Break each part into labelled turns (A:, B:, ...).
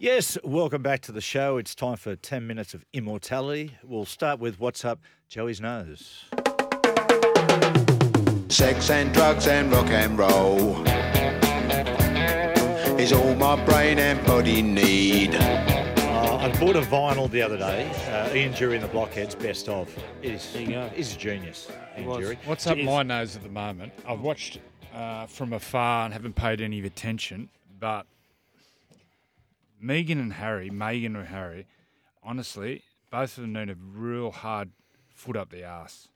A: Yes, welcome back to the show. It's time for 10 minutes of immortality. We'll start with what's up Joey's nose.
B: Sex and drugs and rock and roll is all my brain and body need.
A: Uh, I bought a vinyl the other day, uh, Ian Dury and the Blockheads Best of. It is,
C: you go.
A: He's a genius, Ian
C: was.
A: Dury.
D: What's up
C: Jeez.
D: my nose at the moment? I've watched uh, from afar and haven't paid any attention, but Megan and Harry, Megan and Harry, honestly, both of them need a real hard foot up the ass,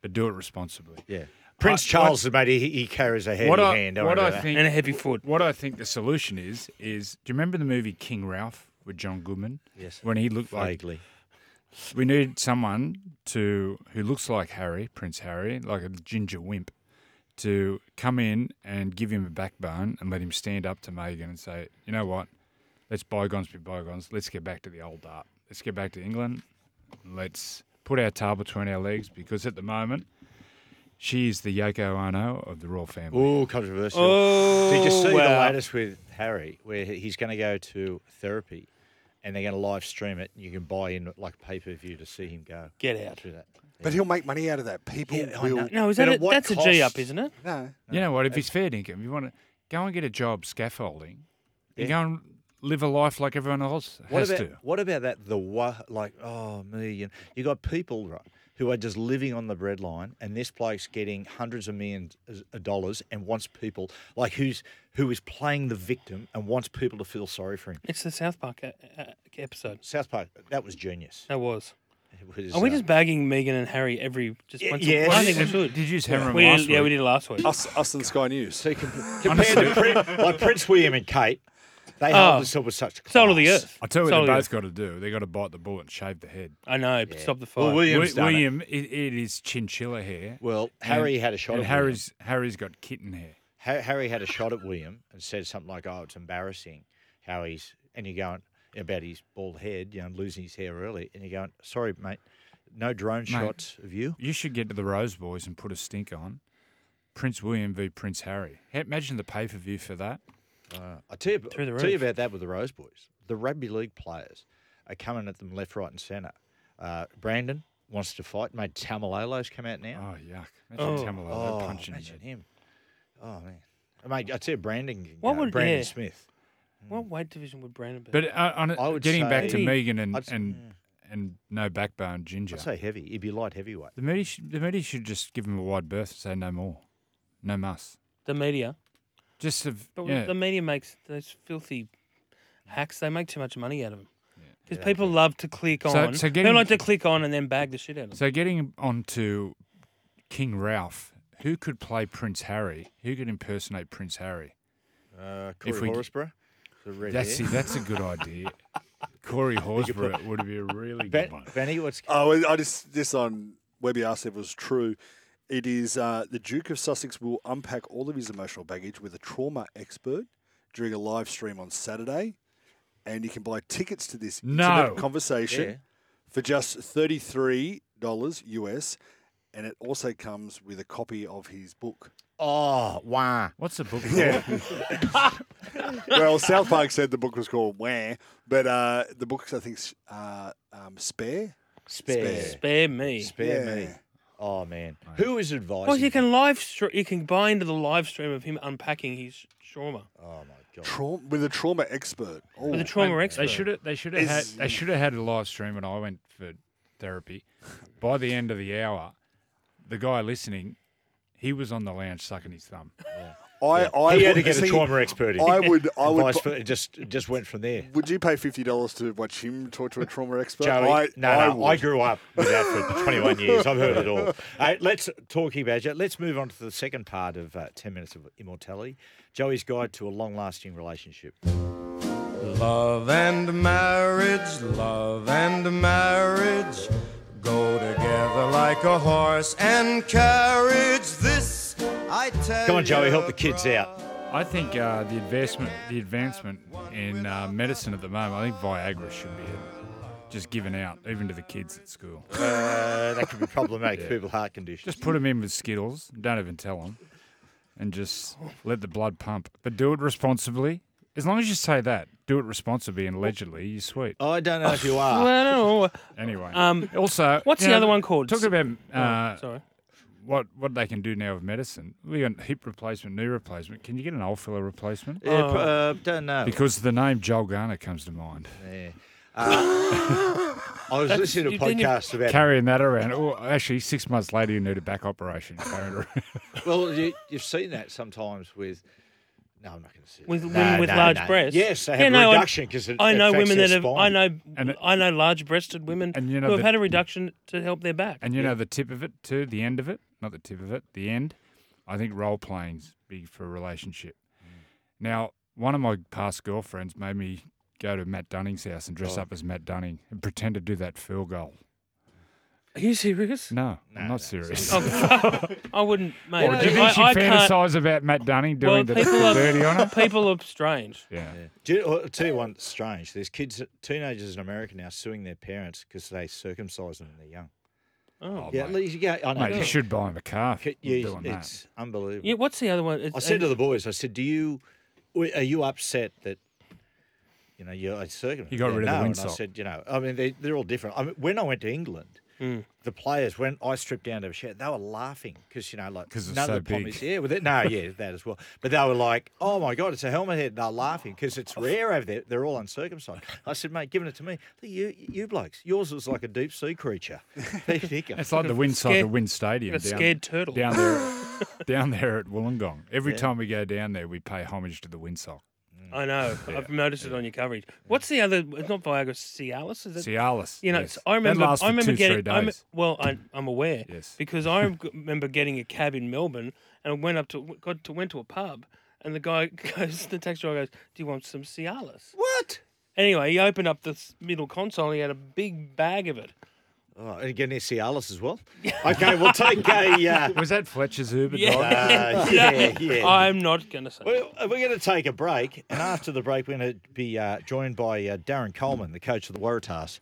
D: but do it responsibly.
A: Hmm. Yeah. Prince
D: Uh,
A: Charles, mate, he, he carries a heavy
D: What I,
A: hand. don't
D: what
A: worry
D: I
A: about that.
D: think,
C: And a heavy foot.
D: What I think the solution is is, do you remember the movie King Ralph with John Goodman?
A: Yes.
D: When he looked like
A: Vaguely.
D: we need someone to who looks like Harry, Prince Harry, like a ginger wimp, to come in and give him a backbone and let him stand up to Megan and say, you know what, let's bygones be bygones. Let's get back to the old art. Let's get back to England. Let's put our tail between our legs because at the moment she is the Yoko Ono of the royal family.
A: Ooh, controversial.
C: Oh,
A: Did you see the
C: wow.
A: latest with Harry, where he- he's going to go to therapy, and they're going to live stream it, and you can buy in like pay per view to see him go
C: Get out.
A: through that.
E: But he'll make money out of that. People
A: Yeah, I
E: will.
C: No, is
A: But
C: that
A: at
C: a,
A: what
C: that's a G
A: cost?
C: up, isn't it?
E: No.
D: You know what? If it's fair dinkum, if you want to go and get a job scaffolding and go and live a life like everyone else
A: What
D: has
A: about
D: to.
A: what about that? The wa- like, oh me, and you got people right who are just living on the breadline, and this bloke's getting hundreds of millions uh, of dollars, and wants people like who's who is playing the victim and wants people to feel sorry for him.
C: It's the South Park uh, uh, episode.
A: South Park, that was genius.
C: That was.
A: It was,
C: Are we
A: uh,
C: just bagging Megan and Harry every just
A: Y-
C: once?
A: yes.
C: a I think we should.
D: Did you just hammer him
C: We,
D: last
C: yeah,
D: week?
C: we did it last week.
E: Us, us and Sky News.
A: So com- compared to Prin- like Prince William and Kate, they held themselves with such class.
C: Soul of Oh. the Earth.
D: I tell you what
C: Soul of
D: they
C: the
D: both
C: Earth.
D: got to do. They got to bite the bullet and shave the head.
C: I know, but stop the fight.
A: Well, William's
D: Wi-
A: done it.
D: William, it, it is chinchilla hair.
A: Well,
D: And-
A: Harry had a shot
D: And
A: at William.
D: Harry's Harry's got kitten hair.
A: Ha- Harry had a shot at William and said something like, "Oh, it's embarrassing how he's," and you're going about his bald head, you know, losing his hair early, and you're going, "Sorry, mate, no drone shots of you."
D: You should get to the Rose Boys and put a stink on. Prince William v Prince Harry. Ha- Imagine the pay per view for that.
A: Uh, I tell you,
C: Through the
A: tell you
C: roof.
A: about that with the Rose Boys. The rugby league players are coming at them left, right, and centre. Uh, Brandon wants to fight. Mate, Tamalolo's come out now.
D: Oh yuck! Imagine
C: Oh.
D: Tamalolo
A: Oh,
D: punching
A: imagine
D: him.
A: him. Oh man, mate, I tell you, Brandon. Can
C: What
A: go.
C: would-
A: Brandon
C: yeah.
A: Smith?
C: What weight division would Brandon be?
D: But uh, on,
A: I would
D: getting back to
A: say-
D: Megan and
A: I'd s-
D: and, and no backbone Ginger,
A: I'd say heavy. He'd be light heavyweight.
D: the media should, the media should just give him a wide berth and say no more, no muss.
C: the media.
D: Just of,
C: But
D: yeah.
C: the media makes those filthy hacks. They make too much money out of them. Because people love to click
D: So-
C: on.
D: so
C: they
D: getting-
C: like to click on and then bag the shit out of them.
D: So getting on to King Ralph, who could play Prince Harry? Who could impersonate Prince Harry?
A: Uh, Corey
D: If we-
A: Horsburgh, the red
D: That's see,
A: hair.
D: that's a good idea. Corey Horsburgh would be a really
A: Ben,
D: good one.
A: Benny, what's
E: Oh, I- I just this on Webby asked if it was true. It is uh, the Duke of Sussex will unpack all of his emotional baggage with a trauma expert during a live stream on Saturday, and you can buy tickets to this
D: No.
E: intimate conversation
A: Yeah.
E: for just thirty three dollars US, and it also comes with a copy of his book.
A: oh wow?
D: What's the book? called?
E: well, South Park said the book was called Where, but uh, the book's I think s- uh, um, Spare.
A: Spare, spare,
E: Spare.
C: Spare me.
A: me.
E: Yeah.
A: Oh man, who is advising?
C: Well, you can live. Str- you can buy into the live stream of him unpacking his trauma
A: Oh my god.
E: Trauma with a trauma
C: with
E: expert. Oh.
C: a trauma
D: They
C: expert.
D: should have. They should have had. They should have had a live stream when I went for therapy. By the end of the hour, the guy listening, he was on the lounge sucking his thumb.
E: I, I
A: he had to get a
E: see,
A: trauma expert. In.
E: I would, I
A: And
E: would.
A: vice versa, it just it just went from there.
E: Would you pay fifty dollars to watch him talk to a trauma expert?
A: Joey,
E: I,
A: no,
E: I
A: no,
E: would.
A: I grew up with that for 21 years. I've heard it all. Uh, let's talking about it. Let's move on to the second part of uh, 10 minutes of immortality. Joey's guide to a long-lasting relationship.
F: Love and marriage, love and marriage go together like a horse and carriage. This I tell
A: Come on, Joey,
F: you,
A: help the kids out.
D: I think uh, the advancement, the advancement in uh, medicine at the moment, I think Viagra should be just given out, even to the kids at school.
A: Uh, that could be problematic for people with heart conditions.
D: Just put them in with Skittles. Don't even tell them, and just let the blood pump. But do it responsibly. As long as you say that, do it responsibly and allegedly, you're sweet.
A: I don't know if you
C: Well,
A: are.
C: I don't know.
D: Anyway,
C: Um,
D: also,
C: what's
D: you
C: the
D: know,
C: other one called?
D: Talking about uh,
C: Sorry.
D: what what they can do now with medicine. We got hip replacement, knee replacement. Can you get an old fella replacement?
A: Yeah, pr- uh, don't know.
D: Because the name Joel Garner comes to mind.
A: I was listening to a
C: you- then you-
A: podcast about
D: Carrying that around. Oh, actually, six months later, you need a back operation. Carrying it around.
A: Well, you, you've seen that sometimes with. No, I'm not going to say.
C: With
A: that.
C: women
A: No,
C: with
A: no,
C: large
A: no.
C: breasts.
A: Yes, they
C: Yeah,
A: have
C: no, I-
A: reduction because it
C: I know
A: affects
C: women
A: their
C: that have. I
A: spine.
C: know.
D: And-
C: I know large-breasted women
D: and you know
C: who have
D: the-
C: had a reduction to help their back.
D: And you know the tip of it too, the end of it, not the tip of it, the end. I think role playing's big for a relationship. Now, one of my past girlfriends made me go to Matt Dunning's house and dress up as Matt Dunning and pretend to do that field goal.
C: Are you serious? Oh,
D: No, I'm not serious.
C: I wouldn't, mate.
D: Or do you think
C: I,
D: she
C: I can't.
D: fantasised about Matt Dunning
C: Well,
D: doing the, the
C: people
D: dirty on
C: are
D: her?
C: people are strange.
D: Yeah.
A: Do you, I'll tell you one that's strange. There's kids, teenagers in America now suing their parents because they circumcise them when they're young.
C: Oh.
A: yeah, at least- yeah, I know.
D: Mate, you should buy him a car.
A: C-
D: for
A: yeah,
D: doing that.
A: it's unbelievable.
C: Yeah. What's the other one? It's-
A: I said to the boys, I said, "Do you, w- are you upset that, you know, you're circumcised?"
D: You got
A: They're,
D: rid of the
A: no. And I
D: windsock.
A: said, you know, I mean, they, they're all different. I mean, when I went to England,
D: Hmm.
A: the players, when I stripped down to a shirt, they were laughing because you know, like
D: 'Cause it's
A: none
D: so
A: of the pom
D: big.
A: is- yeah, well, they- no, yeah, that as well. But they were like, "Oh my god, it's a helmet head." They're laughing because it's
D: Oh.
A: rare over there. They're all uncircumcised. I said, "Mate, giving it to me, Look, you, you blokes, yours was like a deep sea creature."
D: It's like the wind side
C: scared-
D: of Wind Stadium.
C: a scared turtle.
D: Down there, down there at Wollongong. Every time we go down there, we pay homage to the windsock.
C: I know. I've noticed it on your coverage. What's the other? It's not Viagra. Cialis. Is it?
D: Cialis.
C: You know,
D: yes.
C: I remember.
D: That lasts
C: I
D: for
C: remember
D: two,
C: getting.
D: three
C: I'm,
D: days.
C: well, I, I'm aware.
D: Yes.
C: Because I rem- remember getting a cab in Melbourne and went up to got to went to a pub and the guy goes, the taxi driver goes, "Do you want some Cialis?"
A: what?
C: Anyway, he opened up this middle console. and He had a big bag of it.
A: Oh, and again, there's Cialis as well. Okay, we'll take a. Uh,
D: Was that Fletcher's Uber
C: Yeah.
D: driver?
A: uh, yeah, yeah.
C: I'm not gonna say.
A: We're, we're going to uh, take a break, and after the break, we're going to be uh, joined by uh, Darren Coleman, the coach of the Waratahs.